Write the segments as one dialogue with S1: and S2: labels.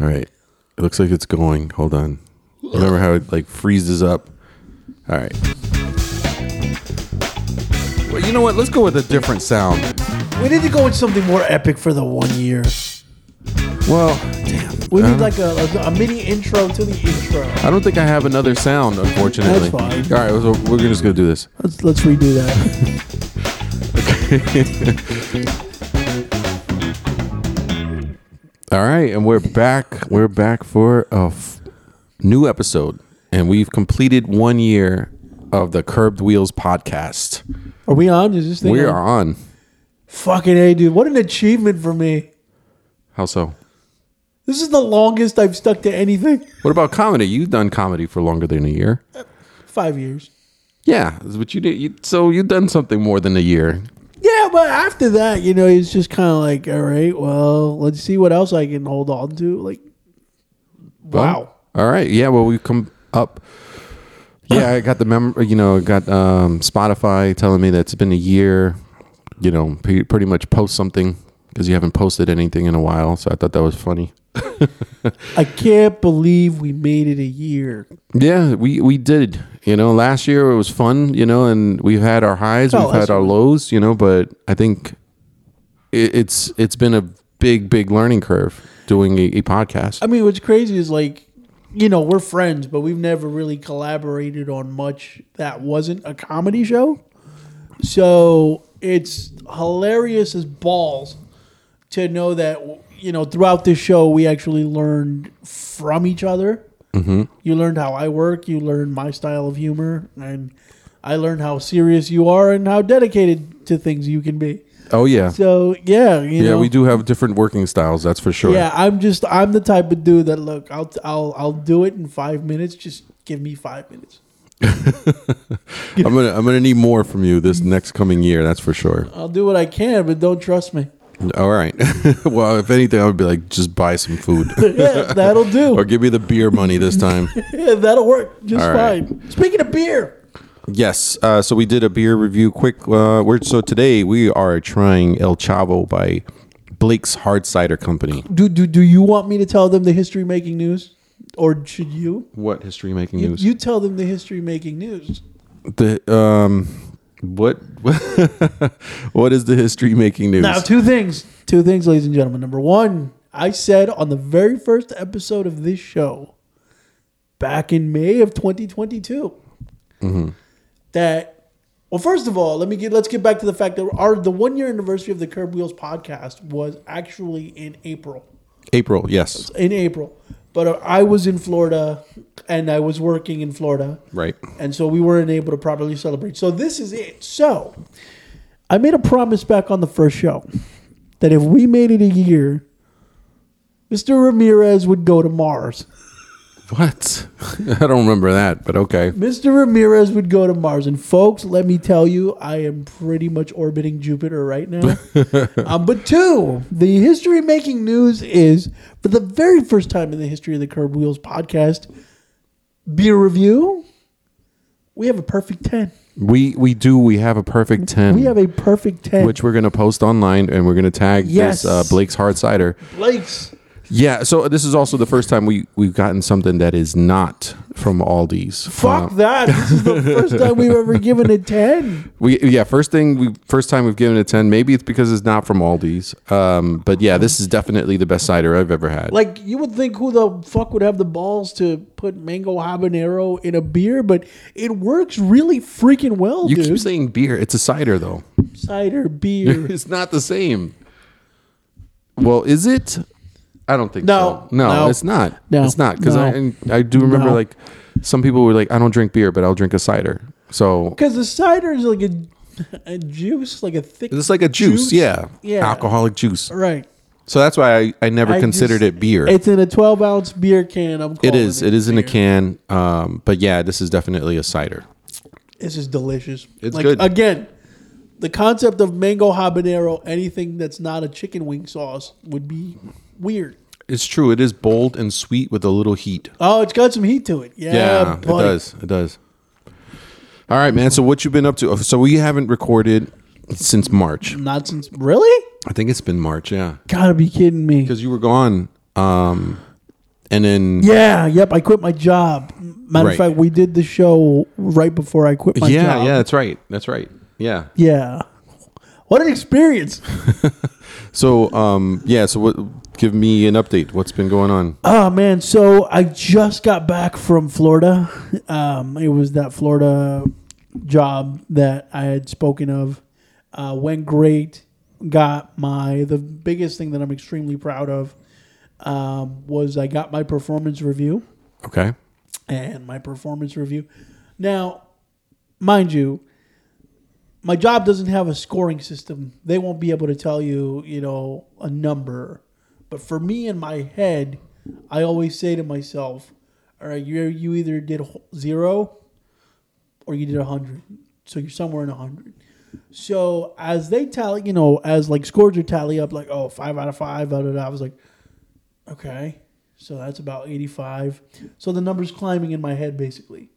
S1: All right. It looks like it's going. Hold on. Remember how it like freezes up? All right. Well, you know what? Let's go with a different sound.
S2: We need to go with something more epic for the one year.
S1: Well, damn.
S2: We
S1: I
S2: need
S1: don't-
S2: like a, a, a mini intro to the intro.
S1: I don't think I have another sound, unfortunately.
S2: That's fine.
S1: All right, so we're just gonna do this.
S2: Let's let's redo that.
S1: All right, and we're back. We're back for a f- new episode, and we've completed one year of the Curbed Wheels podcast.
S2: Are we on? Is this thing?
S1: We
S2: on?
S1: are on.
S2: Fucking a dude! What an achievement for me.
S1: How so?
S2: This is the longest I've stuck to anything.
S1: What about comedy? You've done comedy for longer than a year.
S2: Five years.
S1: Yeah, that's what you did. You, so you've done something more than a year.
S2: Yeah, but after that, you know, it's just kind of like, all right, well, let's see what else I can hold on to. Like,
S1: Well,
S2: wow.
S1: All right. Yeah. Well, we come up. Yeah, I got the mem. You know, got um, Spotify telling me that it's been a year. You know, pe- pretty much post something because you haven't posted anything in a while. So I thought that was funny.
S2: I can't believe we made it a year.
S1: Yeah, we we did. You know, last year it was fun. You know, and we've had our highs,
S2: Oh,
S1: we've had
S2: that's-
S1: our lows. You know, but I think it, it's it's been a big big learning curve doing a, a podcast.
S2: I mean, what's crazy is like, you know, we're friends, but we've never really collaborated on much that wasn't a comedy show. So it's hilarious as balls to know that, you know, throughout this show, we actually learned from each other. Mm-hmm. You learned how I work, you learned my style of humor, and I learned how serious you are and how dedicated to things you can be.
S1: Oh yeah,
S2: So, yeah. You
S1: yeah.
S2: know,
S1: We do have different working styles. That's for sure.
S2: yeah, I'm just I'm the type of dude that look, I'll I'll I'll do it in five minutes. Just give me five minutes.
S1: I'm gonna I'm gonna need more from you this next coming year. That's for sure.
S2: I'll do what I can, but don't trust me.
S1: All right. well, if anything, I would be like, just buy some food
S2: Yeah, that'll
S1: or
S2: do.
S1: give me the beer money this time.
S2: Yeah, that'll work just
S1: All right.
S2: fine. Speaking of beer,
S1: yes. Uh, so we did a beer review quick. Uh, we're, so today we are trying El Chavo by Blake's Hard Cider Company.
S2: do do do you want me to tell them the history making news, or should you?
S1: What history making
S2: You,
S1: news?
S2: you tell them the history making news.
S1: the um, what what is the history making news?
S2: Now, two things. Two things, ladies and gentlemen. Number one, I said on the very first episode of this show, back in May of 2022, that well, first of all, let me get let's get back to the fact that our the one year anniversary of the Curb Wheels podcast was actually in April.
S1: April. Yes.
S2: In April, but I was in Florida, and I was working in Florida.
S1: Right.
S2: And so we weren't able to properly celebrate. So this is it. So I made a promise back on the first show that if we made it a year, Mr. Ramirez would go to Mars.
S1: What? I don't remember that, but okay.
S2: Mr. Ramirez would go to Mars. And folks, let me tell you, I am pretty much orbiting Jupiter right now. um, but two, the history making news is for the very first time in the history of the Curb Wheels podcast, beer review, we have a perfect 10.
S1: We we do. We have a perfect ten.
S2: We have a perfect 10.
S1: which we're gonna post online, and we're gonna tag
S2: Yes.
S1: this uh, Blake's Hard Cider.
S2: Blake's.
S1: Yeah. So this is also the first time we we've gotten something that is not from Aldi's. Um,
S2: Fuck that. This is the first time we've ever given a 10.
S1: We yeah. First thing we first time we've given it a ten. Maybe it's because it's not from Aldi's. Um. But yeah, this is definitely the best cider I've ever had.
S2: Like, you would think who the fuck would have the balls to put mango habanero in a beer, but it works really freaking well,
S1: you
S2: dude.
S1: keep saying beer. It's a cider though.
S2: Cider, beer.
S1: It's not the same. Well, is it? I don't think
S2: No.
S1: so. No,
S2: No.
S1: it's not.
S2: No.
S1: It's not because
S2: No.
S1: I I do remember
S2: No.
S1: like some people were like, I don't drink beer, but I'll drink a cider. So
S2: Because the cider is like a, a juice, like a thick.
S1: it's like a juice, yeah,
S2: Yeah.
S1: alcoholic juice.
S2: Right.
S1: So that's why I, I never
S2: I
S1: considered
S2: just-
S1: it beer.
S2: It's in a 12 ounce beer can. I'm
S1: it
S2: calling
S1: is. It is in a can. Um, but yeah, this is definitely a cider.
S2: This is delicious.
S1: It's good.
S2: Again, the concept of mango habanero, anything that's not a chicken wing sauce, would be weird.
S1: It's true. It is bold and sweet with a little heat.
S2: Oh, it's got some heat to it. Yeah,
S1: Yeah, it
S2: buddy.
S1: does. It does. All right, man. So what you been up to? So we haven't recorded since March.
S2: Not since really?
S1: I think it's been March, yeah.
S2: Gotta be kidding me.
S1: Because you were gone. Um, and then
S2: Yeah, yep. I quit my job. Matter
S1: Right.
S2: of fact, we did the show right before I quit my
S1: yeah,
S2: job.
S1: yeah, that's right, that's right, yeah.
S2: yeah. What an experience!
S1: So, um, yeah. So, what? Give me an update. What's been going on?
S2: Oh man, so I just got back from Florida. Um, it was that Florida job that I had spoken of. Uh, went great. Got my the biggest thing that I'm extremely proud of um, was I got my performance review
S1: Okay.
S2: and my performance review. Now, mind you, my job doesn't have a scoring system. They won't be able to tell you, you know, a number. But for me in my head, I always say to myself, all right, you you either did a zero or you did a 100. So you're somewhere in a 100. So as they tally, you know, as like scores are tally up, like, oh, five out of five, out of I was like, Okay. So that's about 85. So the number's climbing in my head basically.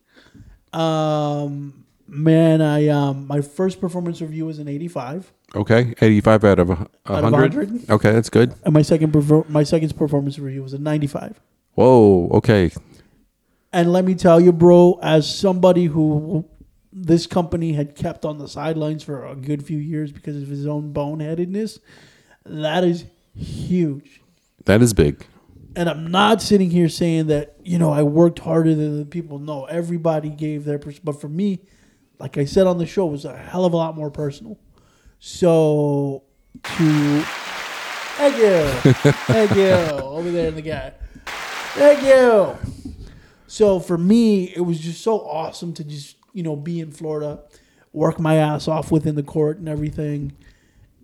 S2: Um man, I um my first performance review was an 85
S1: Okay. Eighty-five out of a
S2: out of
S1: hundred.
S2: 100
S1: Okay, that's good.
S2: and my second perfor- my second performance review was a 95.
S1: Whoa. Okay.
S2: And let me tell you, bro, as somebody who this company had kept on the sidelines for a good few years because of his own boneheadedness, that is huge.
S1: That is big.
S2: and I'm not sitting here saying that you know I worked harder than the people. No, everybody gave their pers- but for me, like I said on the show, it was a hell of a lot more personal. So to thank you, thank you over there in the guy, thank you. So for me, it was just so awesome to just you know be in Florida, work my ass off within the court and everything.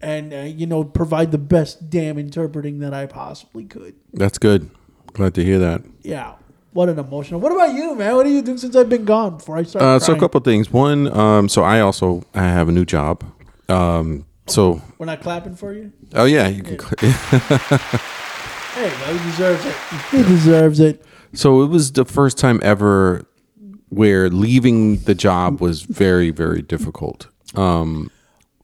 S2: And uh, you know, provide the best damn interpreting that I possibly could
S1: That's good. Glad to hear that.
S2: yeah. What an emotional. What about you, man? What are you doing since I've been gone? Before I start,
S1: Uh, so a
S2: crying?
S1: couple things. One, um, so I also I have a new job. Um, so
S2: we're not clapping for you.
S1: oh yeah, you can. Cl-
S2: Hey, man, he deserves it. He deserves it.
S1: so it was the first time ever where leaving the job was very very difficult. Um,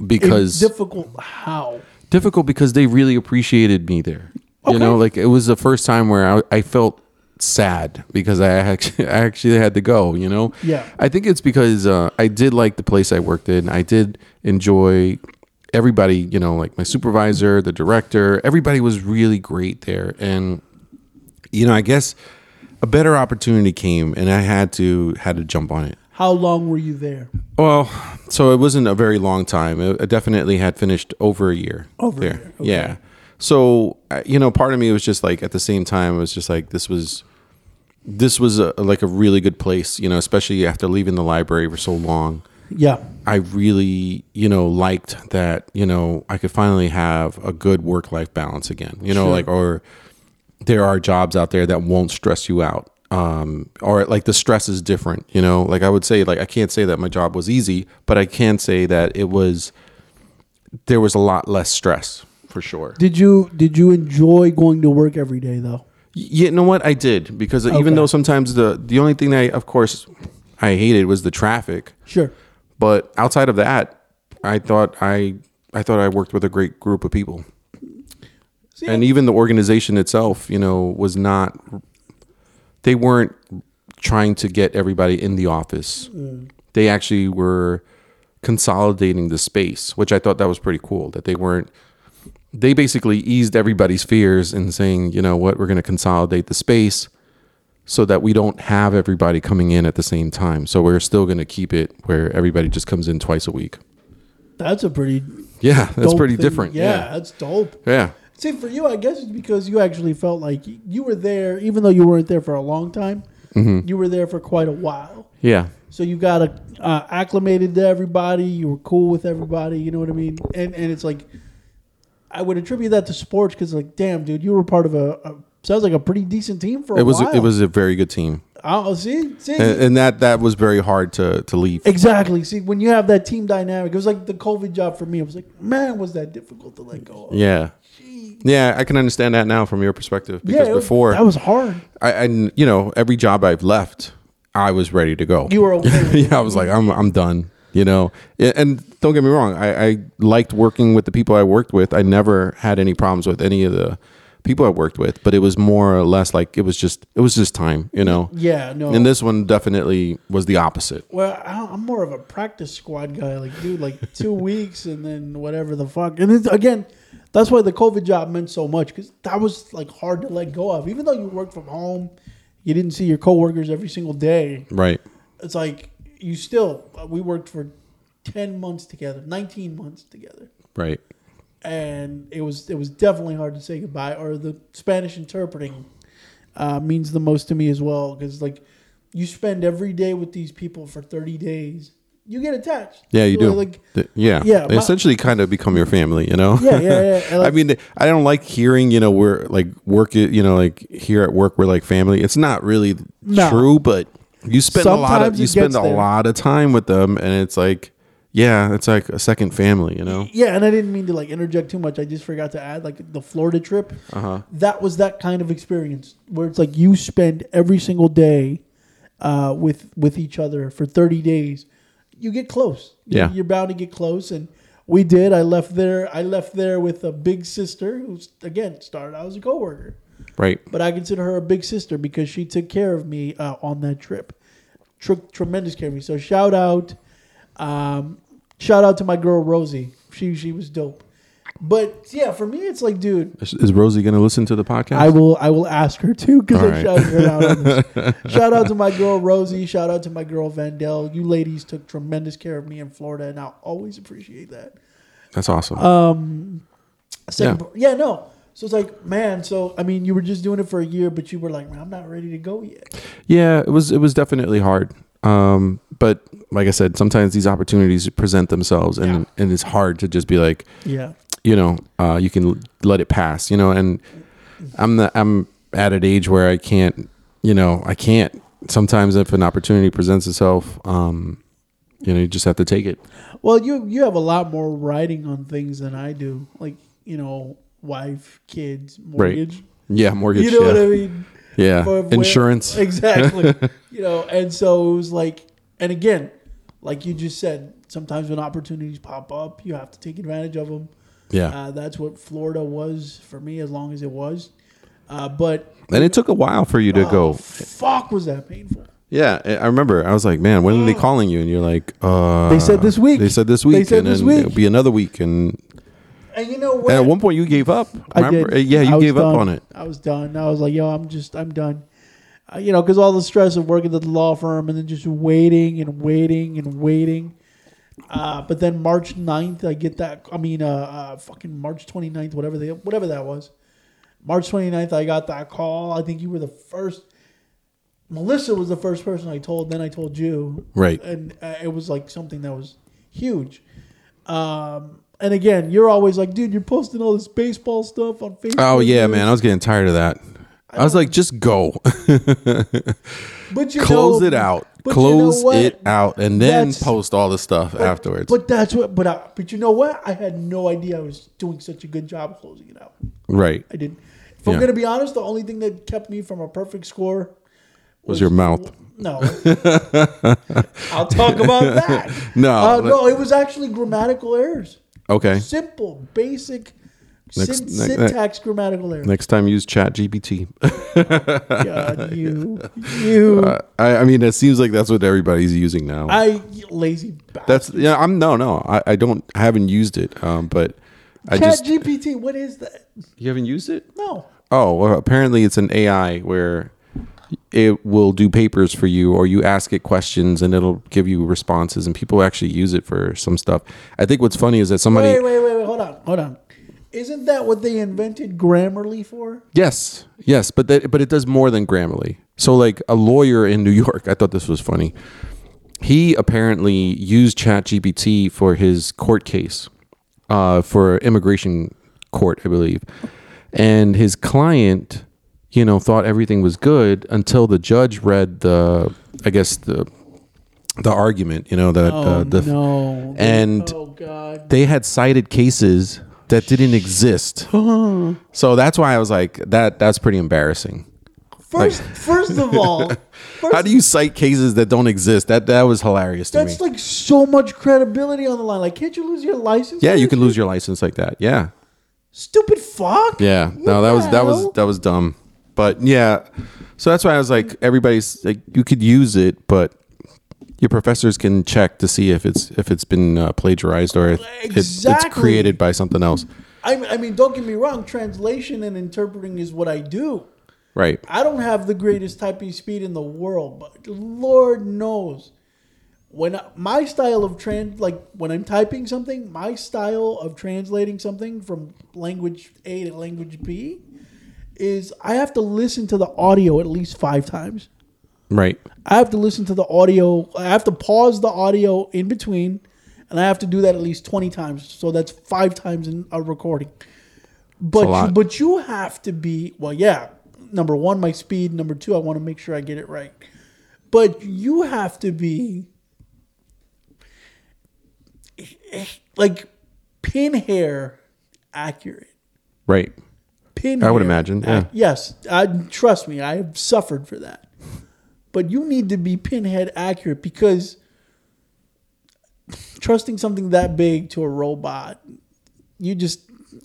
S1: because
S2: It's difficult. How?
S1: difficult because they really appreciated me there. You know, like it was the first time where I, I felt sad because I actually, I actually had to go, you know?
S2: Yeah.
S1: I think it's because uh, I did like the place I worked in. I did enjoy everybody, you know, like my supervisor, the director, everybody was really great there. And, you know, I guess a better opportunity came and I had to had to jump on it.
S2: How long were you there?
S1: Well, so it wasn't a very long time. It, I definitely had finished over a year.
S2: Over a
S1: there.
S2: year,
S1: Yeah. So I- you know, part of me was just like, at the same time, it was just like, this was, this was a, like a really good place. You know, especially after leaving the library for so long.
S2: Yeah.
S1: I really, you know, liked that, you know, I could finally have a good work life balance again. You know,
S2: Sure.
S1: like or there are jobs out there that won't stress you out. Um, or like the stress is different, you know. Like I would say, like I can't say that my job was easy, but I can say that it was there was a lot less stress for sure.
S2: Did you Did you enjoy going to work every day though?
S1: Yeah, you know what I did because
S2: Okay.
S1: even though sometimes the the only thing that I, of course I hated was the traffic.
S2: Sure.
S1: But outside of that, I thought I I thought I worked with a great group of people,
S2: See,
S1: and even the organization itself, you know, was not. They weren't trying to get everybody in the office. They actually were consolidating the space, which I thought that was pretty cool. That they weren't. They basically eased everybody's fears in saying, you know what, we're going to consolidate the space so that we don't have everybody coming in at the same time. So we're still going to keep it where everybody just comes in twice a week.
S2: that's a pretty.
S1: Yeah, that's
S2: dope
S1: pretty
S2: thing.
S1: different.
S2: Yeah,
S1: Yeah.
S2: that's dope.
S1: yeah.
S2: See, for you, I guess it's because you actually felt like you were there, even though you weren't there for a long time.
S1: Mm-hmm.
S2: You were there for quite a while.
S1: Yeah.
S2: So you got uh, acclimated to everybody. You were cool with everybody. You know what I mean? And and it's like, I would attribute that to sports because like, damn, dude, you were part of a, a sounds like a pretty decent team for a
S1: It was
S2: while.
S1: it was a very good team.
S2: Oh, see, see,
S1: And, and that that was very hard to to leave.
S2: exactly. See, when you have that team dynamic, it was like the COVID job for me. It was like, man, was that difficult to let go? Of.
S1: Yeah. Yeah, I can understand that now from your perspective because
S2: it was-
S1: before
S2: that was hard.
S1: I, I you know, every job I've left, I was ready to go.
S2: You were okay. with it.
S1: yeah, I was like, I'm I'm done. You know, A- and don't get me wrong, I, I liked working with the people I worked with. I never had any problems with any of the people I worked with, but it was more or less like it was just it was just time, you know.
S2: Yeah, no.
S1: And this one definitely was the opposite.
S2: well, I don't- I'm more of a practice squad guy. Like, dude, like two weeks and then whatever the fuck. And it's, again, that's why the COVID job meant so much because that was like hard to let go of. Even though you worked from home, you didn't see your coworkers every single day.
S1: Right.
S2: It's like you still. uh, We worked for ten months together, nineteen months together.
S1: Right.
S2: and it was it was definitely hard to say goodbye. Or the Spanish interpreting uh, means the most to me as well because like you spend every day with these people for thirty days, you get attached.
S1: Yeah, you do.
S2: Like
S1: Th- yeah.
S2: Yeah,
S1: They
S2: my-
S1: essentially kind of become your family, you know?
S2: Yeah, yeah, yeah. And,
S1: I
S2: like-
S1: mean, I don't like hearing, you know, we're like work, it- you know, like here at work, we're like family. It's not really
S2: No.
S1: true, but you spend a lot
S2: Sometimes
S1: of, you
S2: it
S1: spend
S2: gets
S1: a
S2: there.
S1: lot of time with them and it's like, yeah, it's like a second family, you know?
S2: yeah, and I didn't mean to like interject too much. I just forgot to add like the Florida trip. Uh-huh. That was that kind of experience where it's like you spend every single day uh, with with each other for thirty days. You get close.
S1: Yeah.
S2: you're bound to get close, and we did. I left there. I left there with a big sister who's again started out as a coworker,
S1: Right.
S2: but I consider her a big sister because she took care of me uh, on that trip. Took tremendous care of me. So shout out, um, shout out to my girl Rosie. She she was dope. But yeah, for me it's like, dude,
S1: Is, is Rosie going to listen to the podcast?
S2: I will I will ask her too because
S1: All
S2: I
S1: right.
S2: shouted her out. On this. shout out to my girl Rosie. Shout out to my girl Vandell. You ladies took tremendous care of me in Florida, and I'll always appreciate that.
S1: That's awesome.
S2: Uh, Second
S1: Yeah.
S2: part- yeah. no. So it's like, man. So I mean, you were just doing it for a year, but you were like, man, I'm not ready to go yet.
S1: Yeah, it was it was definitely hard. Um, but like I said, sometimes these opportunities present themselves, and and it's hard to just be like,
S2: Yeah.
S1: you know, uh, you can l- let it pass, you know. And I'm the I'm at an age where I can't, you know, I can't. Sometimes if an opportunity presents itself, um, you know, you just have to take it.
S2: Well, you you have a lot more writing on things than I do. Like you know, wife, kids, mortgage.
S1: Yeah, mortgage.
S2: You know
S1: yeah.
S2: what I mean?
S1: Yeah,
S2: For where-
S1: insurance.
S2: exactly. you know, and so it was like, and again, like you just said, sometimes when opportunities pop up, you have to take advantage of them.
S1: yeah,
S2: Uh, that's what Florida was for me, as long as it was. Uh, but
S1: and it took a while for you to
S2: oh,
S1: go.
S2: fuck, was that painful?
S1: Yeah, I I remember. I was like, man, when are they calling you? And you're like, uh,
S2: Oh. They said this week.
S1: They said this
S2: They
S1: week.
S2: said
S1: and
S2: this
S1: then
S2: week.
S1: It'll be another week. And,
S2: And you know what?
S1: and at one point, you gave up.
S2: I did.
S1: Uh, Yeah,
S2: I
S1: you
S2: was
S1: gave up on
S2: done.
S1: it.
S2: I was done. I was like, yo, I'm just, I'm done. Uh, you know, because all the stress of working at the law firm and then just waiting and waiting and waiting. Uh, but then March 9th, I get that. I mean, uh, uh, fucking March 29th, whatever they, whatever that was. March 29th, I got that call. I think you were the first. Melissa was the first person I told. Then I told you.
S1: Right.
S2: And uh, it was like something that was huge. Um, and again, you're always like, dude, you're posting all this baseball stuff on Facebook.
S1: Oh, yeah,
S2: There's-
S1: man. I was getting tired of that. I was like, just go.
S2: But you
S1: Close
S2: know-
S1: it out.
S2: but you know
S1: Close
S2: what?
S1: it out. And then
S2: That's-
S1: post all the stuff afterwards.
S2: But that's what. But I, but you know what? I had no idea I was doing such a good job closing it out.
S1: right.
S2: I
S1: It
S2: didn't. If
S1: Yeah.
S2: I'm gonna be honest, the only thing that kept me from a perfect score
S1: was your mouth.
S2: No. I'll talk about that.
S1: No,
S2: Uh,
S1: but-
S2: no, it was actually grammatical errors.
S1: Okay.
S2: Simple, basic
S1: Next-
S2: syn-
S1: ne- ne-
S2: syntax grammatical errors.
S1: Next time, use Chat GPT.
S2: God, you. You.
S1: I, I mean, it seems like that's what everybody's using now.
S2: I lazy bastard.
S1: that's, yeah, I'm, no, no. I, I don't, I haven't used it. Um, but I
S2: Chat
S1: just,
S2: GPT, what is that?
S1: you haven't used it?
S2: No.
S1: Oh, well, apparently it's an AI where it will do papers for you, or you ask it questions and it'll give you responses. And people actually use it for some stuff. I think what's funny is that somebody,
S2: Wait, wait, wait, wait. Hold on. Hold on. Isn't that what they invented Grammarly for?
S1: yes, yes, but that, but it does more than Grammarly. So, like a lawyer in New York, I thought this was funny. He apparently used ChatGPT for his court case, uh, for immigration court, I believe, and his client, you know, thought everything was good until the judge read the, I guess the, the argument, you know, the
S2: Oh,
S1: the, the
S2: no.
S1: and
S2: oh, God.
S1: they had cited cases that didn't exist. so that's why I was like, that that's pretty embarrassing.
S2: First, first of all, first
S1: How do you cite cases that don't exist? That that was hilarious to me.
S2: That's like so much credibility on the line. Like, can't you lose your license?
S1: yeah,
S2: for
S1: you
S2: this
S1: can
S2: shit?
S1: lose your license like that. Yeah.
S2: Stupid fuck.
S1: Yeah. No,
S2: What
S1: that
S2: the
S1: was that was
S2: hell?
S1: that was dumb. But yeah. So that's why I was like everybody's like you could use it, but your professors can check to see if it's if it's been uh, plagiarized or if it-
S2: Exactly.
S1: it's created by something else.
S2: I, I mean, don't get me wrong. Translation and interpreting is what I do.
S1: Right.
S2: I don't have the greatest typing speed in the world, but Lord knows when I, my style of trans like when I'm typing something, my style of translating something from language A to language B is I have to listen to the audio at least 5 times.
S1: Right.
S2: I have to listen to the audio. I have to pause the audio in between, and I have to do that at least twenty times. So that's five times in a recording. But you,
S1: lot.
S2: but you have to be well. Yeah, number one, my speed. Number two, I want to make sure I get it right. But you have to be like pin hair accurate.
S1: Right.
S2: Pin
S1: I would
S2: hair
S1: imagine,
S2: ac-
S1: yeah.
S2: yes, I, trust me, I have suffered for that. But you need to be pinhead accurate because trusting something that big to a robot, you just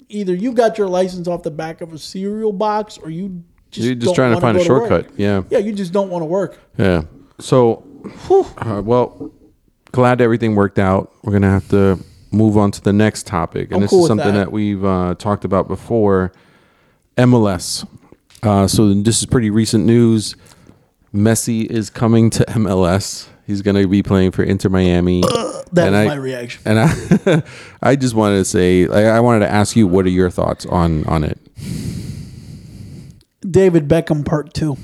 S2: either you got your license off the back of a cereal box or you just
S1: You're just
S2: don't
S1: trying to find
S2: wanna
S1: a
S2: go work.
S1: shortcut. Yeah.
S2: Yeah, you just don't want to work.
S1: Yeah. So, uh, well, glad everything worked out. We're gonna have to move on to the next topic, and
S2: I'm
S1: this
S2: cool
S1: is
S2: with
S1: something that,
S2: that.
S1: we've uh, talked about before. MLS. Uh, so this is pretty recent news. Messi is coming to MLS. He's gonna be playing for Inter Miami.
S2: That
S1: And
S2: was
S1: I-
S2: my reaction.
S1: And I, I just wanted to say, I, I wanted to ask you, what are your thoughts on on it?
S2: David Beckham part two.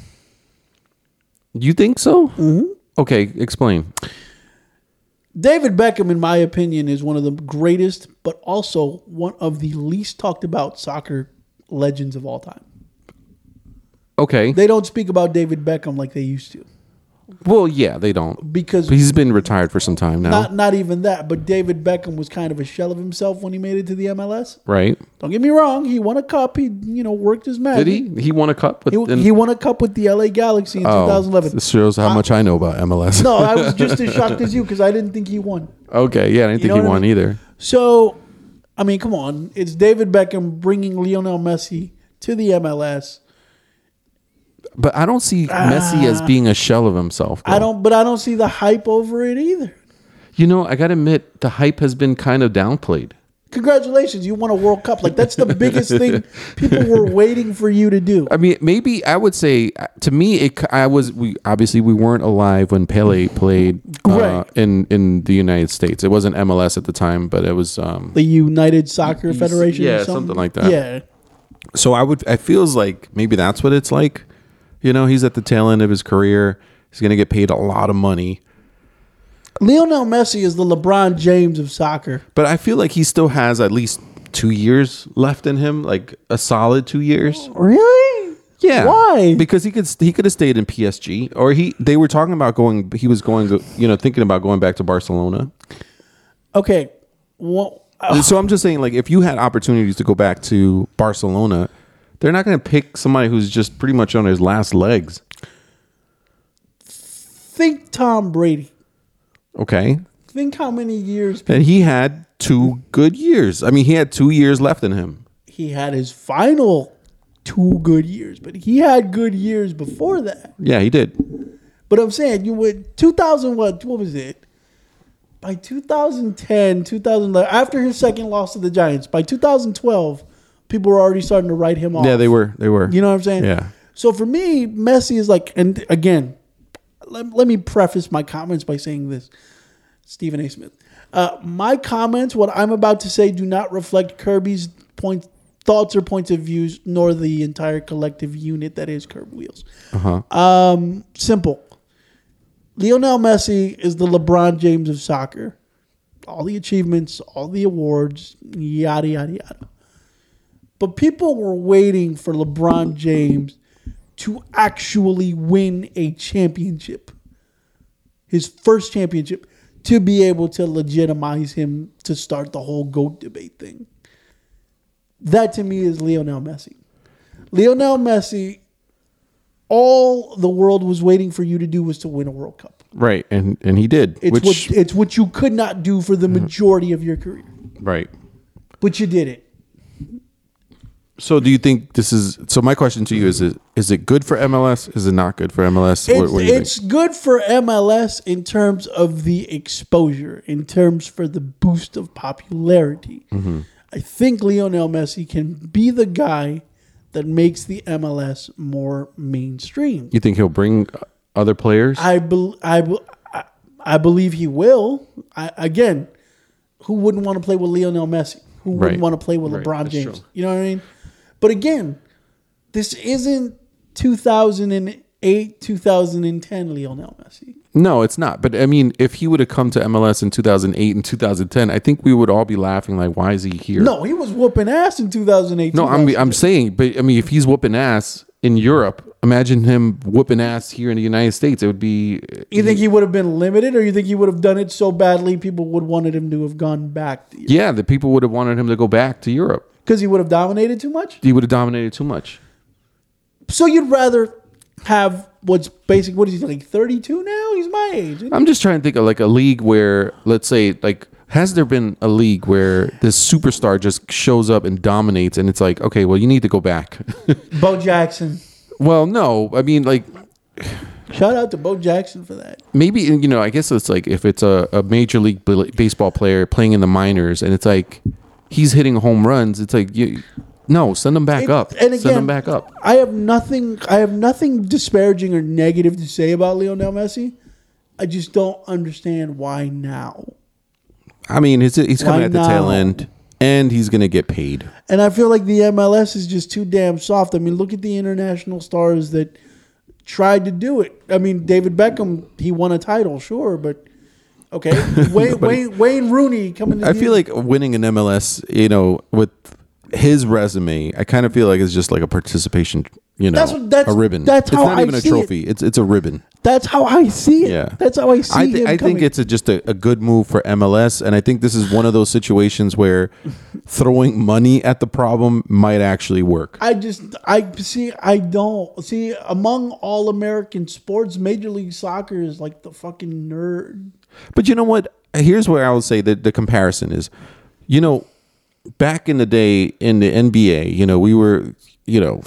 S1: You think so? Mm-hmm. Okay, explain.
S2: David Beckham, in my opinion, is one of the greatest, but also one of the least talked about soccer legends of all time.
S1: Okay.
S2: They don't speak about David Beckham like they used to
S1: well, yeah, they don't.
S2: because
S1: But he's been retired for some time now,
S2: not not even that, but David Beckham was kind of a shell of himself when he made it to the MLS.
S1: right?
S2: Don't get me wrong, he won a cup. He you know worked his magic.
S1: Did he? He won a cup with
S2: He,
S1: in-
S2: he won a cup with the LA Galaxy in
S1: Oh,
S2: 2011.
S1: This shows how much I know about MLS.
S2: No, I was just as shocked as you because I didn't think he won.
S1: okay, yeah, I didn't think
S2: know
S1: he
S2: what I
S1: won
S2: mean?
S1: either.
S2: So, I mean, come on. It's David Beckham bringing Lionel Messi to the MLS.
S1: But I don't see Messi as being a shell of himself.
S2: Ah. I
S1: though.
S2: don't, but I don't see the hype over it either.
S1: You know, I gotta admit, the hype has been kind of downplayed.
S2: Congratulations, you won a World Cup. Like that's the biggest thing people were waiting for you to do.
S1: I mean, maybe I would say uh, to me, it. c- I was we obviously we weren't alive when Pele played uh,
S2: Right.
S1: in in the United States. It wasn't MLS at the time, but it was. Um,
S2: The United Soccer Federation,
S1: yeah,
S2: or something.
S1: something like that.
S2: Yeah,
S1: so I would. It feels like maybe that's what it's like. You know, he's at the tail end of his career. He's gonna get paid a lot of money.
S2: Lionel Messi is the LeBron James of soccer.
S1: But I feel like he still has at least two years left in him, like a solid two years.
S2: Really?
S1: Yeah.
S2: Why?
S1: Because he could he could have stayed in PSG, or he they were talking about going. He was going, to, you know, thinking about going back to Barcelona.
S2: Okay. Well, uh,
S1: So I'm just saying, like, if you had opportunities to go back to Barcelona, they're not going to pick somebody who's just pretty much on his last legs.
S2: think Tom Brady.
S1: Okay,
S2: Think how many years
S1: and he had two good years. I mean, he had two years left in him.
S2: he had his final two good years, but he had good years before that.
S1: Yeah, he did.
S2: But I'm saying you went 2000 what what was it? By 2010, 2011, after his second loss to the Giants, by 2012, people were already starting to write him off.
S1: Yeah, they were. They were.
S2: You know what I'm saying?
S1: Yeah.
S2: So for me, Messi is like, and again, let, let me preface my comments by saying this Stephen A. Smith. Uh, my comments, what I'm about to say, do not reflect Kirby's point, thoughts or points of views, nor the entire collective unit that is Curb Wheels. Um, simple. Lionel Messi is the LeBron James of soccer. All the achievements, all the awards, yada, yada, yada. But people were waiting for LeBron James to actually win a championship, his first championship, to be able to legitimize him to start the whole GOAT debate thing. That to me is Lionel Messi. Lionel Messi, all the world was waiting for you to do was to win a World Cup.
S1: Right, and and he did.
S2: It's
S1: which
S2: what it's what you could not do for the majority of your career,
S1: right.
S2: but you did it.
S1: So do you think this is? So my question to you is: it, Is it good for MLS? Is it not good for MLS?
S2: It's,
S1: what, what do you
S2: it's good for MLS in terms of the exposure, in terms for the boost of popularity.
S1: Mm-hmm.
S2: I think Lionel Messi can be the guy that makes the MLS more mainstream.
S1: think? You think he'll bring other players?
S2: I, bel I, bel- I- I believe he will. I, again, who wouldn't want to play with Lionel Messi? Who
S1: Right.
S2: wouldn't want to play with
S1: Right,
S2: LeBron
S1: that's
S2: James?
S1: true.
S2: You know what I mean? But again, this isn't 2008, 2010 Lionel Messi.
S1: no, it's not. But I mean, if he would have come to MLS in 2008 and 2010, I think we would all be laughing like, "Why is he here?"
S2: No, he was whooping ass in 2008.
S1: no. I'm
S2: 2000.
S1: I'm saying, but I mean, if he's whooping ass in Europe, imagine him whooping ass here in the United States. It would be
S2: you think he would have been limited, or you think he would have done it so badly people would wanted him to have gone back because
S1: yeah, the people would have wanted him to go back to Europe.
S2: he would have dominated too much?
S1: He would have dominated too much.
S2: So you'd rather have what's basic? What is he like? 32 now? He's my age. isn't he?
S1: I'm just trying to think of like a league where, let's say, like, has there been a league where this superstar just shows up and dominates, and it's like, okay, well, you need to go back.
S2: Bo Jackson.
S1: well, no, I mean, like,
S2: Shout out to Bo Jackson for that.
S1: maybe you know, I guess it's like if it's a, a major league bl- baseball player playing in the minors, and it's like he's hitting home runs. It's like you, no, send him back
S2: It-
S1: up,
S2: and
S1: send him
S2: again-
S1: back up.
S2: I have nothing. I have nothing disparaging or negative to say about Lionel Messi. I just don't understand why now.
S1: I mean, he's he's coming
S2: Why
S1: at the tail
S2: not?
S1: end, and he's gonna get paid.
S2: And I feel like the MLS is just too damn soft. I mean, look at the international stars that tried to do it. I mean, David Beckham, he won a title, sure, but okay. Wayne, Wayne, Wayne Rooney coming. To
S1: I
S2: the-
S1: feel like winning an MLS, you know, with his resume, I kind of feel like it's just like a participation, you know,
S2: That's what- that's-
S1: a ribbon.
S2: that's
S1: it's
S2: how
S1: not
S2: I
S1: even a
S2: see it.
S1: trophy. It's it's a ribbon.
S2: that's how I see it.
S1: Yeah.
S2: that's how I see
S1: I, thi-
S2: him.
S1: I think
S2: coming.
S1: it's a, just a, a good move for MLS, and I think this is one of those situations where throwing money at the problem might actually work.
S2: I just I see I don't see among all American sports, Major League Soccer is like the fucking nerd.
S1: But you know what? Here's where I would say that the comparison is, you know, back in the day in the NBA, you know, we were, you know,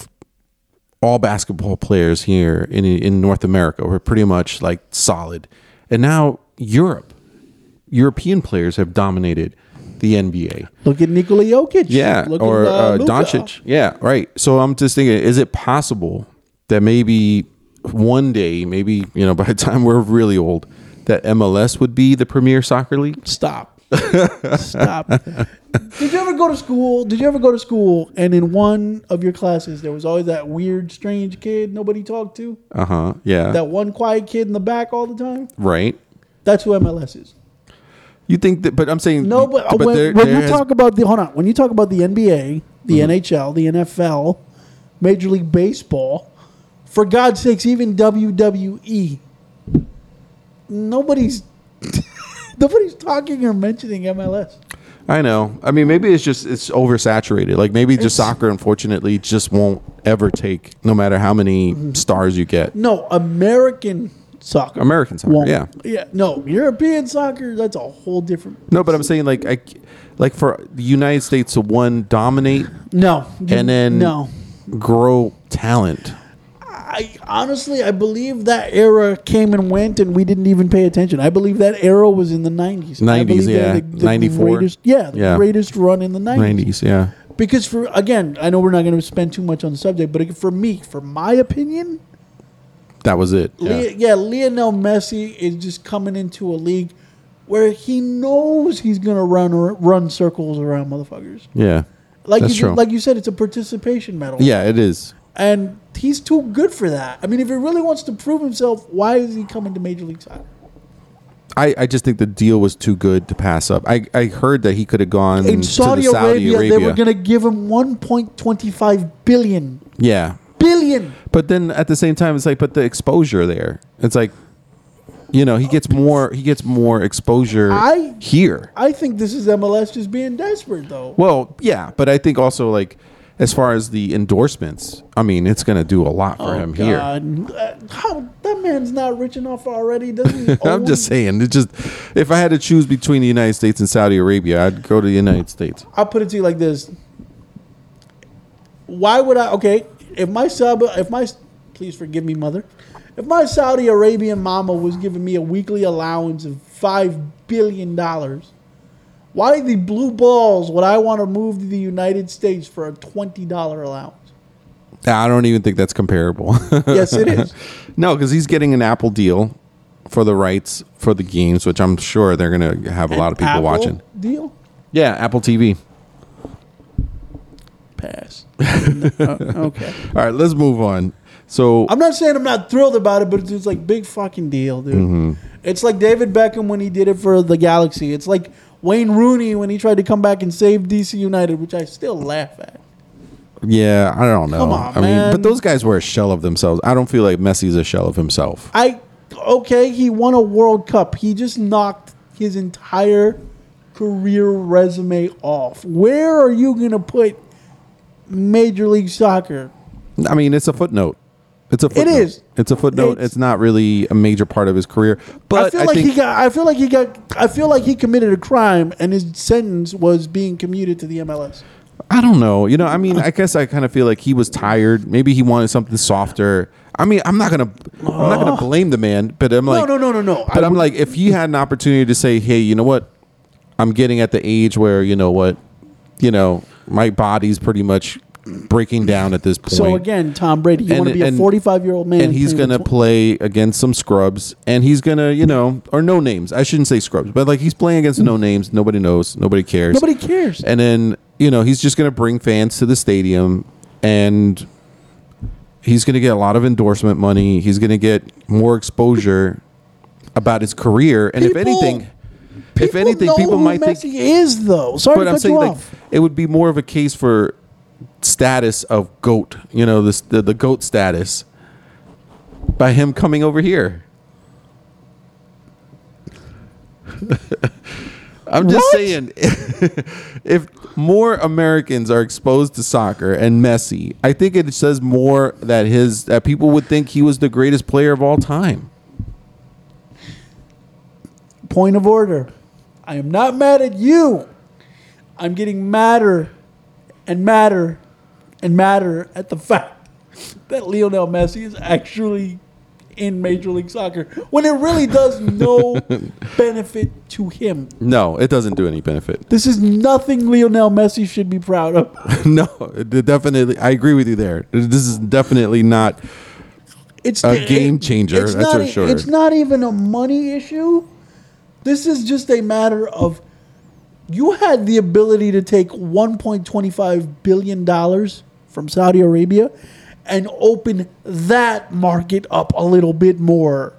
S1: all basketball players here in in North America were pretty much like solid, and now Europe, European players have dominated the NBA.
S2: Look at Nikola Jokic.
S1: Yeah,
S2: Look
S1: or uh,
S2: Luka.
S1: Doncic. Yeah, right. So I'm just thinking, is it possible that maybe one day, maybe you know, by the time we're really old, that MLS would be the premier soccer league?
S2: Stop. Stop. Did you ever go to school? Did you ever go to school and in one of your classes there was always that weird, strange kid nobody talked to?
S1: Uh huh. Yeah.
S2: That one quiet kid in the back all the time?
S1: right.
S2: That's who MLS is.
S1: You think that? But I'm saying
S2: No, but, uh, when,
S1: there-
S2: when
S1: there
S2: you
S1: has- Mm-hmm.
S2: talk about the hold on, when you talk about the NBA, the NHL, the NFL, Major League Baseball, for God's sakes, even WWE, nobody's nobody's talking or mentioning MLS.
S1: I know. I mean, maybe it's just it's oversaturated. Like maybe just soccer, unfortunately, just won't ever take, no matter how many
S2: Mm-hmm.
S1: stars you get.
S2: No, American soccer.
S1: American soccer,
S2: won't.
S1: yeah.
S2: yeah. No, European soccer. That's a whole different.
S1: No, but I'm saying like I, like for the United States to one dominate
S2: No,
S1: and then
S2: no.
S1: grow talent.
S2: I honestly, I believe that era came and went, and we didn't even pay attention. I believe that era was in the nineties.
S1: 90s, yeah. 94.
S2: Greatest, yeah, the
S1: Yeah.
S2: greatest run in the nineties.
S1: Nineties, yeah.
S2: Because for again, I know we're not going to spend too much on the subject, but for me, for my opinion,
S1: That was it.
S2: yeah.
S1: Yeah.
S2: yeah, Lionel Messi is just coming into a league where he knows he's going to run run circles around motherfuckers.
S1: Yeah.
S2: Like
S1: That's
S2: you,
S1: true.
S2: did- like you said, it's a participation medal.
S1: yeah, it is.
S2: and he's too good for that. I mean, if he really wants to prove himself, why is he coming to Major League Soccer?
S1: Mm, I, I just think the deal was too good to pass up. I, I heard that he could have gone
S2: In
S1: to
S2: Saudi,
S1: the Saudi
S2: Arabia,
S1: Arabia.
S2: they were going to give him 1.25 billion
S1: yeah.
S2: billion.
S1: But then at the same time, it's like, but the exposure there, it's like, you know, he gets more he gets more exposure
S2: I-
S1: here.
S2: I think this is MLS just being desperate, though.
S1: Well, yeah, but I think also like as far as the endorsements, I mean, it's gonna do a lot for him here.
S2: Oh, God. Uh, How that man's not rich enough already? Doesn't he
S1: I'm
S2: own-
S1: just saying. It just if I had to choose between the United States and Saudi Arabia, I'd go to the United States.
S2: I'll put it to you like this: why would I? Okay, if my sub, if my, please forgive me, mother, if my Saudi Arabian mama was giving me a weekly allowance of five billion dollars, why the blue balls would I want to move to the United States for a twenty dollar allowance?
S1: I don't even think that's comparable.
S2: Yes, it is.
S1: no, because he's getting an Apple deal for the rights for the games, which I'm sure they're gonna have a lot of people
S2: Apple
S1: watching.
S2: Deal
S1: Yeah, Apple TV.
S2: pass. Uh, okay,
S1: All right, let's move on. So
S2: I'm not saying I'm not thrilled about it, but it's just like big fucking deal, dude.
S1: Mm-hmm.
S2: It's like David Beckham when he did it for the Galaxy. It's like Wayne Rooney when he tried to come back and save DC United, which I still laugh at.
S1: yeah, I don't know.
S2: Come on,
S1: I
S2: man.
S1: but those guys were a shell of themselves. I don't feel like Messi's a shell of himself.
S2: I okay, he won a World Cup. He just knocked his entire career resume off. Where are you gonna put Major League Soccer?
S1: I mean, it's a footnote. It's a footnote.
S2: is.
S1: It's a footnote. It's,
S2: It's-
S1: not really a major part of his career. But
S2: I feel like
S1: think,
S2: he got. I feel like he got. I feel like he committed a crime, and his sentence was being commuted to the MLS.
S1: I don't know. You know, I mean, I guess I kind of feel like he was tired. Maybe he wanted something softer. I mean, I'm not gonna, I'm not gonna blame the man, but I'm like,
S2: no, no, no, no.
S1: But
S2: I
S1: I'm like, if he had an opportunity to say, hey, you know what, I'm getting at the age where you know what, you know, my body's pretty much breaking down at this point.
S2: So again, Tom Brady, you
S1: And-
S2: want to be a
S1: and-
S2: 45 year old man,
S1: and he's
S2: playing
S1: gonna
S2: tw-
S1: play against some scrubs, and he's gonna, you know, or no names. I shouldn't say scrubs, but like he's playing against no names. Nobody knows. Nobody cares.
S2: Nobody cares.
S1: And then you know he's just gonna bring fans to the stadium, and he's gonna get a lot of endorsement money. He's gonna get more exposure about his career, and if
S2: People-
S1: anything, if
S2: People
S1: anything,
S2: know
S1: people
S2: who
S1: might
S2: Messi
S1: think.
S2: is though. Sorry
S1: But
S2: to
S1: I'm
S2: cut
S1: saying
S2: you
S1: like
S2: off.
S1: it would be more of a case for status of goat. You know this the, the goat status by him coming over here. I'm just
S2: What?
S1: saying, if more Americans are exposed to soccer and Messi, I think it says more that his that people would think he was the greatest player of all time.
S2: Point of order. I am not mad at you. I'm getting madder and madder and madder at the fact that Lionel Messi is actually in Major League Soccer when it really does no benefit to him.
S1: No, it doesn't do any benefit.
S2: This is nothing Lionel Messi should be proud of.
S1: no, it definitely. I agree with you there. This is definitely not.
S2: It's
S1: A game changer,
S2: it's
S1: that's
S2: not
S1: for
S2: e-
S1: sure.
S2: It's not even a money issue. This is just a matter of you had the ability to take 1.25 billion dollars from Saudi Arabia and open that market up a little bit more.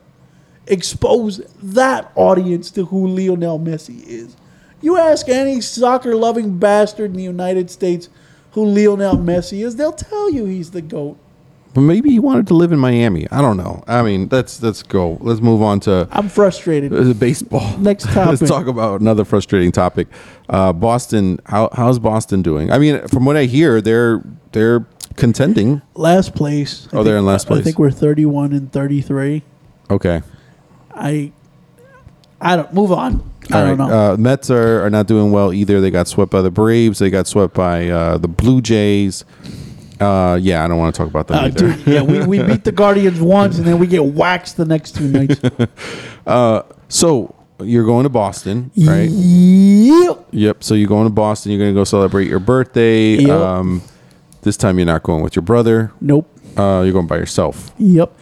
S2: Expose that audience to who Lionel Messi is. You ask any soccer loving bastard in the United States who Lionel Messi is, they'll tell you he's the GOAT.
S1: But maybe he wanted to live in Miami. I don't know. I mean, let's let's go. Let's move on to
S2: I'm frustrated.
S1: uh, baseball.
S2: Next topic.
S1: let's talk about another frustrating topic. Uh, Boston. How, how's Boston doing? I mean, from what I hear, they're they're contending.
S2: last place. I
S1: Oh, they're
S2: think-
S1: in last
S2: I
S1: place.
S2: think we're 31 and 33.
S1: Okay.
S2: I I don't move on. I
S1: All
S2: don't
S1: right.
S2: know.
S1: Uh, Mets are, are not doing well either. They got swept by the Braves. They got swept by uh, the Blue Jays. Uh, yeah, I don't want to talk about them
S2: Uh,
S1: either.
S2: dude, yeah, we, we beat the Guardians once and then we get waxed the next two nights.
S1: So you're going to Boston, right?
S2: Yep.
S1: Yep. So you're going to Boston. You're going to go celebrate your birthday.
S2: Yep.
S1: Um, this time you're not going with your brother.
S2: Nope.
S1: Uh, you're going by yourself.
S2: Yep.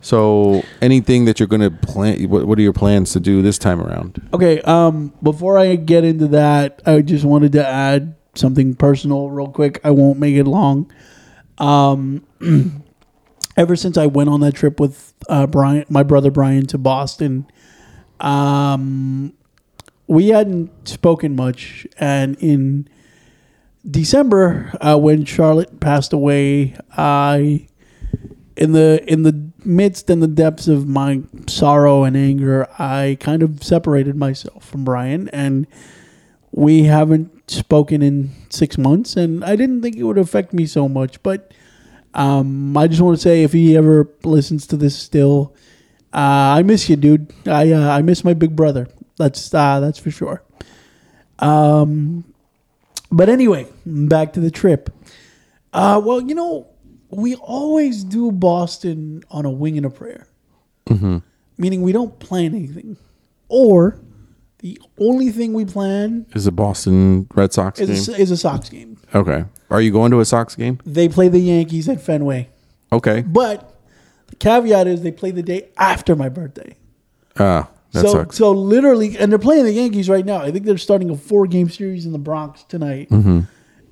S1: So anything that you're going to plan, what, what are your plans to do this time around?
S2: Okay, um before I get into that, I just wanted to add something personal real quick. I won't make it long. Um ever since I went on that trip with uh Brian my brother Brian to Boston, um we hadn't spoken much and in December uh, when Charlotte passed away, I in the in the midst and the depths of my sorrow and anger, I kind of separated myself from Brian, and we haven't spoken in six months. And I didn't think it would affect me so much, but um, I just want to say if he ever listens to this still, uh, I miss you, dude. I uh, I miss my big brother. That's uh, that's for sure. Um, but anyway, back to the trip. Uh, well, you know, we always do Boston on a wing and a prayer, meaning we don't plan anything, or the only thing we plan
S1: Is the Boston Red Sox game?
S2: is a, is a Sox game.
S1: okay. Are you going to a Sox game?
S2: They play the Yankees at Fenway,
S1: Okay.
S2: but the caveat is they play the day after my birthday.
S1: Ah, that
S2: so,
S1: sucks.
S2: so literally, and they're playing the Yankees right now. I think they're starting a four game series in the Bronx tonight.
S1: Mm-hmm.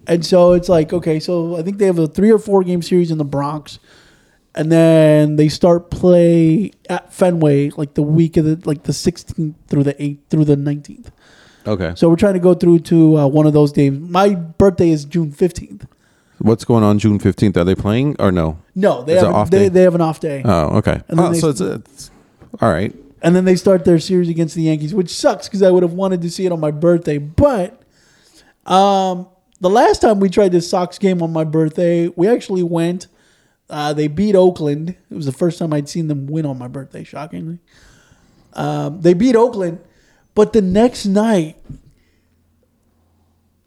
S2: And so it's like, okay, so I think they have a three or four game series in the Bronx. And then they start play at Fenway like the week of the like the 16th through the 8th through the 19th.
S1: Okay.
S2: So we're trying to go through to uh, one of those games. My birthday is June 15th.
S1: What's going on June 15th? Are they playing or no?
S2: No, they
S1: It's
S2: have
S1: an
S2: an
S1: off
S2: they,
S1: day.
S2: they have an off day.
S1: Oh, okay.
S2: And then
S1: Oh,
S2: they-
S1: so it's, it's all right.
S2: And then they start their series against the Yankees, which sucks because I would have wanted to see it on my birthday. But um, the last time we tried this Sox game on my birthday, we actually went. Uh, they beat Oakland. It was the first time I'd seen them win on my birthday, shockingly. Um, they beat Oakland, but the next night,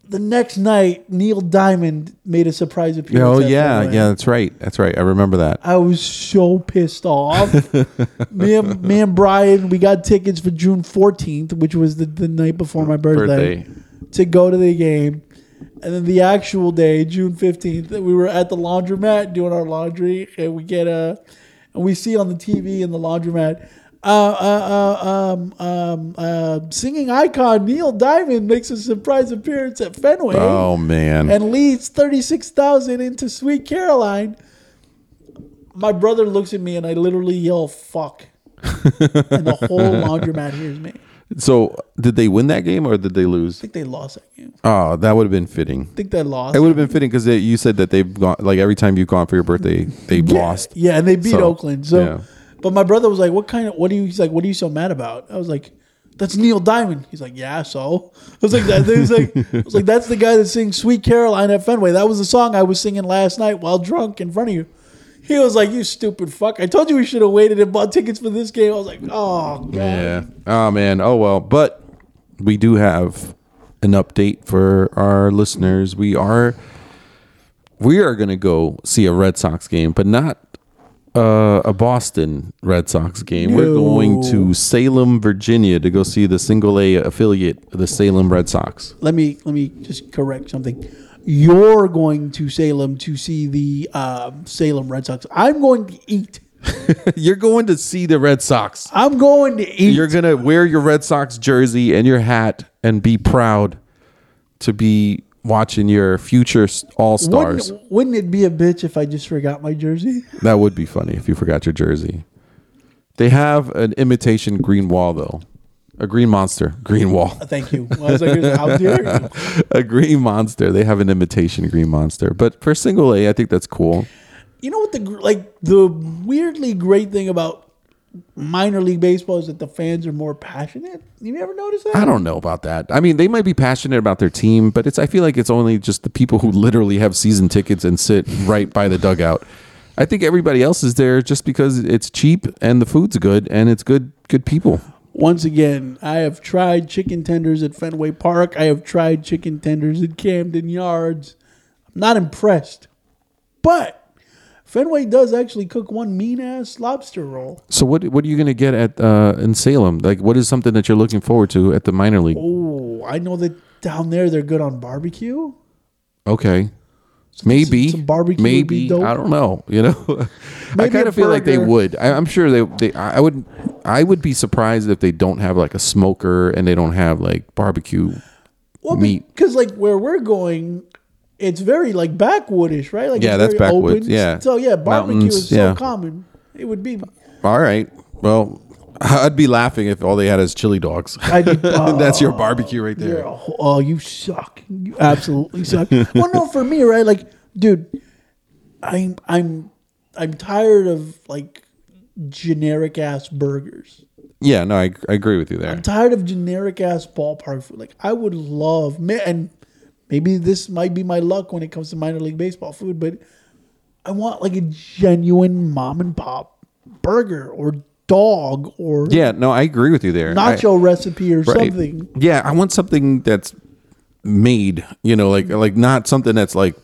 S2: the next night, Neil Diamond made a surprise appearance.
S1: Oh
S2: at
S1: yeah,
S2: Fenway.
S1: yeah. That's right. That's right. I remember that.
S2: I was so pissed off. me and me and Brian, we got tickets for June fourteenth, which was the, the night before my birthday,
S1: Birthday.
S2: to go to the game. And then the actual day, June fifteenth, we were at the laundromat doing our laundry, and we get a, and we see on the TV in the laundromat, uh, uh, uh, um, um, uh, singing icon Neil Diamond makes a surprise appearance at Fenway
S1: Oh man.
S2: and leads 36,000 into Sweet Caroline. My brother looks at me and I literally yell, fuck. and the whole laundromat hears me. I
S1: so did they win that game or did they lose?
S2: think they lost that game. I
S1: Oh, that would have been fitting.
S2: think they lost.
S1: It would have been fitting because you said that they've gone like every time you've gone for your birthday, they've
S2: yeah,
S1: lost.
S2: Yeah, and they beat
S1: So,
S2: Oakland. So,
S1: yeah.
S2: but my brother was like, what kind of, what are you, he's like, what are you so mad about? I was like, that's Neil Diamond. He's like, yeah, so I was like, that, he was like, I was like, that's the guy that sings "Sweet Caroline" at Fenway. That was the song I was singing last night while drunk in front of you. He was like, you stupid fuck! I told you we should have waited and bought tickets for this game. I was like, oh god.
S1: Yeah. Oh man. Oh well. But we do have an update for our listeners. We are we are going to go see a Red Sox game, but not uh, a Boston Red Sox game. We're
S2: No.
S1: going to Salem, Virginia, to go see the Single A affiliate of the Salem Red Sox.
S2: Let me let me just correct something. You're going to Salem to see the um, Salem Red Sox. I'm going to eat.
S1: You're going to see the Red Sox.
S2: I'm going to eat.
S1: You're going to wear your Red Sox jersey and your hat and be proud to be watching your future All Stars.
S2: Wouldn't, wouldn't it be a bitch if I just forgot my jersey?
S1: That would be funny if you forgot your jersey. They have an imitation green wall though. A green monster, green wall.
S2: Uh, Thank you. I was like, how dare you?
S1: a green monster. They have an imitation green monster. But for single A, I think that's cool.
S2: You know what the gr- like the weirdly great thing about minor league baseball is that the fans are more passionate. You ever noticed that?
S1: I don't know about that. I mean, they might be passionate about their team, but it's I feel like it's only just the people who literally have season tickets and sit right by the dugout. I think everybody else is there just because it's cheap and the food's good and it's good good people.
S2: Once again, I have tried chicken tenders at Fenway Park. I have tried chicken tenders at Camden Yards. I'm not impressed. But Fenway does actually cook one mean ass lobster roll.
S1: So what what are you gonna get at uh, in Salem? Like what is something that you're looking forward to at the minor league?
S2: Oh, I know that down there they're good on barbecue.
S1: Okay. Maybe
S2: some barbecue would be
S1: maybe
S2: dope.
S1: I don't know. You know, I
S2: Maybe
S1: kind
S2: a
S1: of feel like they
S2: burger.
S1: would. I, I'm sure they. They. I I would. I would be surprised if they don't have like a smoker and they don't have like barbecue.
S2: Well,
S1: meat.
S2: Because like where we're going, it's very like backwoodish, right? Like
S1: Yeah,
S2: it's
S1: that's
S2: very
S1: backwoods, yeah.
S2: So yeah, barbecue
S1: Mountains,
S2: is so
S1: yeah.
S2: common. It would be.
S1: All right. Well, I'd be laughing if all they had is chili dogs.
S2: I did, oh,
S1: That's your barbecue right
S2: you're
S1: there.
S2: a ho- oh, you suck. You absolutely suck. well, no, for me, right? Like, dude, I'm I'm I'm tired of like generic ass burgers.
S1: Yeah. No, I, I agree with you there.
S2: I'm tired of generic ass ballpark food. Like, I would love, ma- and maybe this might be my luck when it comes to minor league baseball food, but I want like a genuine mom and pop burger or dog or
S1: Yeah. No, I agree with you there. I-
S2: nacho recipe or
S1: Right.
S2: something.
S1: Yeah, I want something that's made, you know, like like not something that's like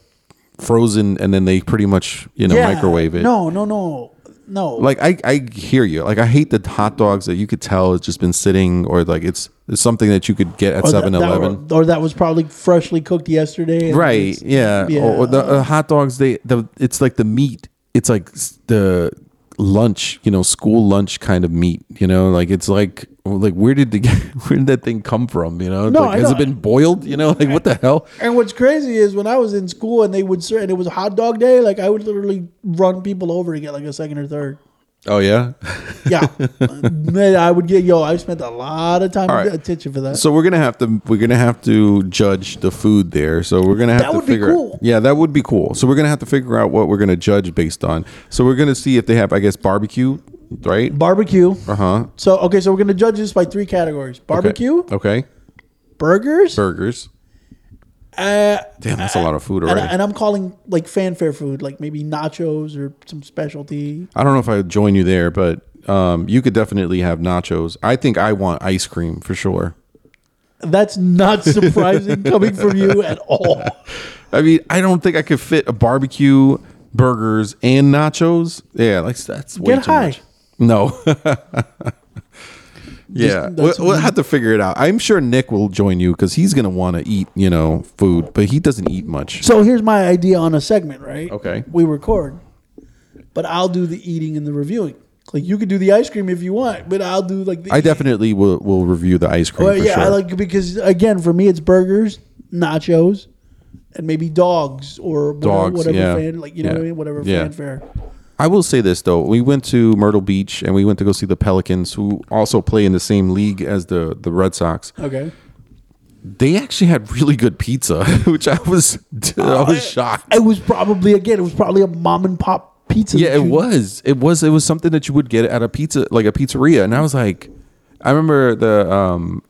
S1: frozen and then they pretty much you know
S2: Yeah.
S1: microwave it.
S2: No, no, no, no.
S1: Like I, I hear you. Like I hate the hot dogs that you could tell it's just been sitting or like it's, it's something that you could get at
S2: Or that-
S1: 7-Eleven.
S2: that- or that was probably freshly cooked yesterday. and
S1: Right.
S2: it's-
S1: Yeah.
S2: yeah.
S1: Or, or the uh, hot dogs they the it's like the meat. It's like s- the lunch, you know, school lunch kind of meat, you know, like it's like like where did the where did that thing come from, you know? It's
S2: No,
S1: like
S2: I
S1: has
S2: know.
S1: it been boiled, you know? Like what the hell?
S2: And what's crazy is when I was in school and they would serve, and it was hot dog day. Like I would literally run people over to get like a second or third.
S1: Oh yeah.
S2: Yeah, Man, I would get yo. I spent a lot of time
S1: All right.
S2: attention for that.
S1: So we're gonna have to we're gonna have to judge the food there. So we're gonna have
S2: That
S1: to
S2: would be
S1: figure.
S2: cool.
S1: Yeah, that would be cool. So we're gonna have to figure out what we're gonna judge based on. So we're gonna see if they have, I guess, barbecue, right?
S2: barbecue.
S1: Uh huh.
S2: So okay, so we're gonna judge this by three categories: barbecue,
S1: Okay.
S2: burgers,
S1: Burgers.
S2: uh,
S1: Damn, that's a lot of food
S2: and,
S1: already.
S2: I, and I'm calling like fanfare food, like maybe nachos or some specialty.
S1: I don't know if I would join you there, but um, you could definitely have nachos. I think I want ice cream for sure.
S2: That's not surprising coming from you at all.
S1: I mean, I don't think I could fit a barbecue, burgers, and nachos. Yeah, like that's way
S2: Get
S1: too
S2: high.
S1: much. No. yeah,
S2: that's
S1: we'll,
S2: what
S1: we'll
S2: you-
S1: have to figure it out. I'm sure Nick will join you because he's gonna want to eat, you know, food, but he doesn't eat much.
S2: So here's my idea on a segment, right?
S1: Okay.
S2: We record, but I'll do the eating and the reviewing. Like you could do the ice cream if you want, but I'll do like the
S1: I definitely will will review the ice cream
S2: Well,
S1: for
S2: yeah,
S1: sure.
S2: I like because again for me it's burgers, nachos, and maybe dogs or whatever,
S1: Dogs,
S2: whatever
S1: yeah.
S2: fan like you know
S1: Yeah.
S2: what I mean whatever
S1: Yeah.
S2: fanfare.
S1: I will say this though: we went to Myrtle Beach and we went to go see the Pelicans, who also play in the same league as the the Red Sox.
S2: Okay.
S1: They actually had really good pizza, which I was
S2: Oh,
S1: I was shocked.
S2: It was probably again it was probably a mom and pop pizza.
S1: Yeah,
S2: that
S1: it
S2: you-
S1: was. It was. It was something that you would get at a pizza, like a pizzeria. And I was like, I remember the um,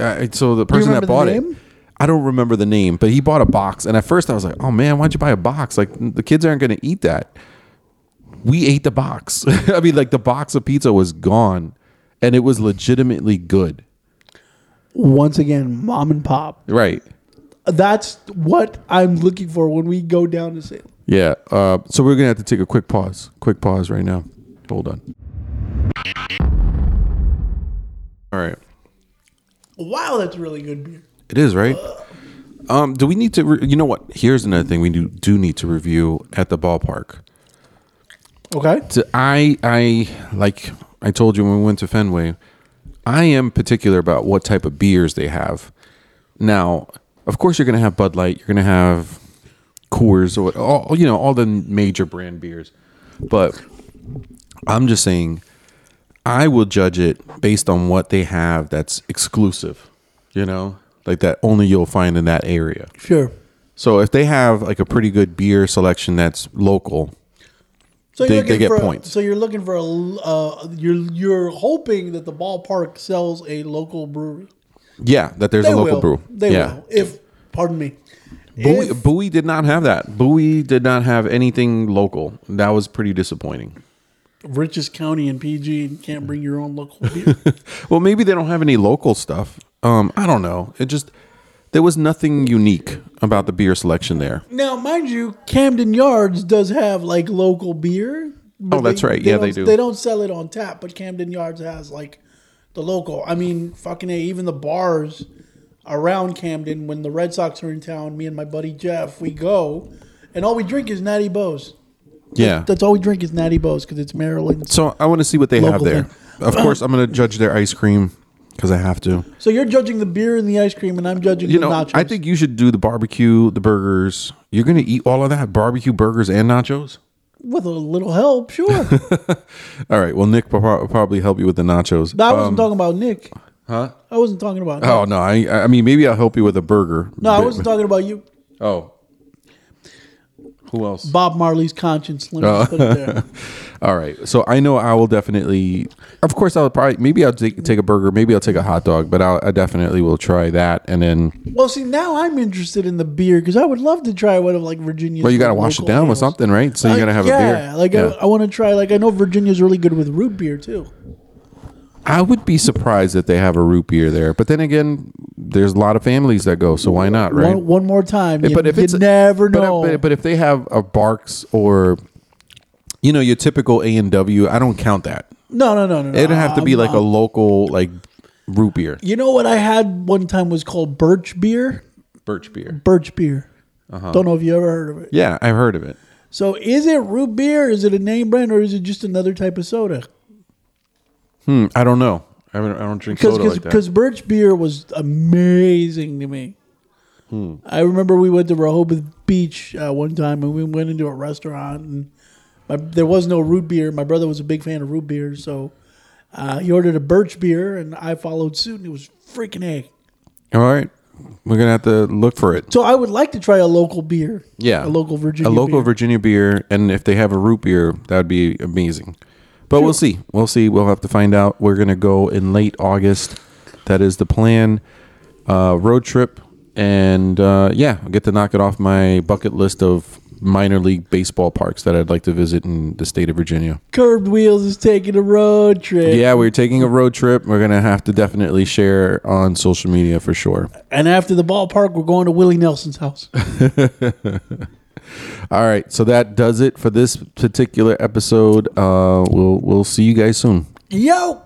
S1: uh, so the person
S2: remember
S1: that
S2: the
S1: bought it.
S2: name?
S1: I don't remember the name, but he bought a box. And at first, I was like, "Oh man, why'd you buy a box? Like the kids aren't going to eat that." We ate the box. I mean, like the box of pizza was gone, and it was legitimately good.
S2: Once again, mom and pop.
S1: Right.
S2: That's what I'm looking for when we go down to say
S1: Yeah. Uh, so we're gonna have to take a quick pause. Quick pause right now. Hold on. All right.
S2: Wow, that's really good beer.
S1: It is right. Um, do we need to? Re- you know what? Here's another thing we do do need to review at the ballpark.
S2: Okay.
S1: To, I I like I told you when we went to Fenway, I am particular about what type of beers they have. Now, of course, you're gonna have Bud Light. You're gonna have Coors or what- all you know all the major brand beers, but I'm just saying I will judge it based on what they have that's exclusive. You know, like that only you'll find in that area.
S2: Sure.
S1: So if they have like a pretty good beer selection that's local,
S2: So
S1: They-
S2: you're looking
S1: they get
S2: for a-
S1: points.
S2: so you're looking for a l- uh, you're you're hoping that the ballpark sells a local brewery.
S1: yeah, that there's
S2: They
S1: a local
S2: will.
S1: brew.
S2: They
S1: yeah.
S2: will. If pardon me.
S1: Bowie,
S2: If-
S1: Bowie did not have that. Bowie did not have anything local. That was pretty disappointing.
S2: richest county in PG and can't bring your own local beer.
S1: Well, maybe they don't have any local stuff. Um, I don't know. It just there was nothing unique about the beer selection there.
S2: now, mind you, Camden Yards does have like local beer. but
S1: Oh, that's right. Yeah, they
S2: don't-
S1: do.
S2: They don't sell it on tap, but Camden Yards has like the local. I mean, fucking a, even the bars around Camden when the Red Sox are in town. Me and my buddy Jeff, we go, and all we drink is Natty Bows.
S1: Yeah.
S2: That's all we drink is Natty Bows because it's Maryland.
S1: So I want to see what they have
S2: Local
S1: there.
S2: thing. Uh-huh.
S1: Of course, I'm going to judge their ice cream because I have to.
S2: So you're judging the beer and the ice cream, and I'm judging
S1: You
S2: the
S1: know,
S2: nachos.
S1: I think you should do the barbecue, the burgers. You're going to eat all of that barbecue, burgers, and nachos.
S2: with a little help, sure.
S1: All right. Well, Nick will pro- probably help you with the nachos.
S2: No, I wasn't talking about Nick. Huh? I wasn't talking about. Nick.
S1: Um, Oh no, I I mean maybe I'll help you with a burger.
S2: No, I wasn't talking about you.
S1: Oh. Who else?
S2: Bob Marley's conscience. Let me
S1: Oh.
S2: put it there.
S1: All right. So I know I will definitely Of course I'll probably maybe I'll take, take a burger, maybe I'll take a hot dog, but I'll, I definitely will try that and then
S2: Well, see, now I'm interested in the beer because I would love to try one of like Virginia's.
S1: well you got to wash it
S2: local
S1: down with
S2: ales.
S1: something, right? So you
S2: Like, uh,
S1: got to have
S2: yeah,
S1: a beer.
S2: like I,
S1: yeah.
S2: I want to try. Like I know Virginia's really good with root beer too.
S1: I would be surprised that they have a root beer there, but then again, there's a lot of families that go, so why not, right?
S2: One, one more time. You,
S1: but if
S2: you
S1: it's
S2: never
S1: but-
S2: know.
S1: but, but if they have a Barks or you know your typical A and W, I don't count that.
S2: no, no, no, Uh, no. no.
S1: It'd have to be
S2: I'm-
S1: like a local like root beer,
S2: You know what I had one time was called birch beer.
S1: birch beer.
S2: Birch beer.
S1: Uh-huh.
S2: Don't know if you ever heard of it.
S1: Yeah, I've heard of it.
S2: So is it root beer? Is it a name brand or is it just another type of soda?
S1: Hmm, I don't know. I don't, I don't drink soda
S2: because
S1: like that.
S2: because birch beer was amazing to me.
S1: Hmm.
S2: I remember we went to Rehoboth Beach uh, one time and we went into a restaurant and my, there was no root beer. My brother was a big fan of root beer, so uh, he ordered a birch beer and I followed suit and it was freaking egg.
S1: All right, we're gonna have to look for it.
S2: So I would like to try a local beer.
S1: Yeah,
S2: a local Virginia.
S1: a local
S2: beer.
S1: Virginia beer, and if they have a root beer, that would be amazing. But we'll see. We'll see. We'll have to find out. We're gonna go in late August. That is the plan. Uh, road trip, and uh, yeah, I'll get to knock it off my bucket list of minor league baseball parks that I'd like to visit in the state of Virginia.
S2: Curved Wheels is taking a road trip.
S1: Yeah, we're taking a road trip. We're gonna have to definitely share on social media for sure.
S2: And after the ballpark, we're going to Willie Nelson's house.
S1: All right, so that does it for this particular episode. Uh, we'll we'll see you guys soon.
S2: Yo.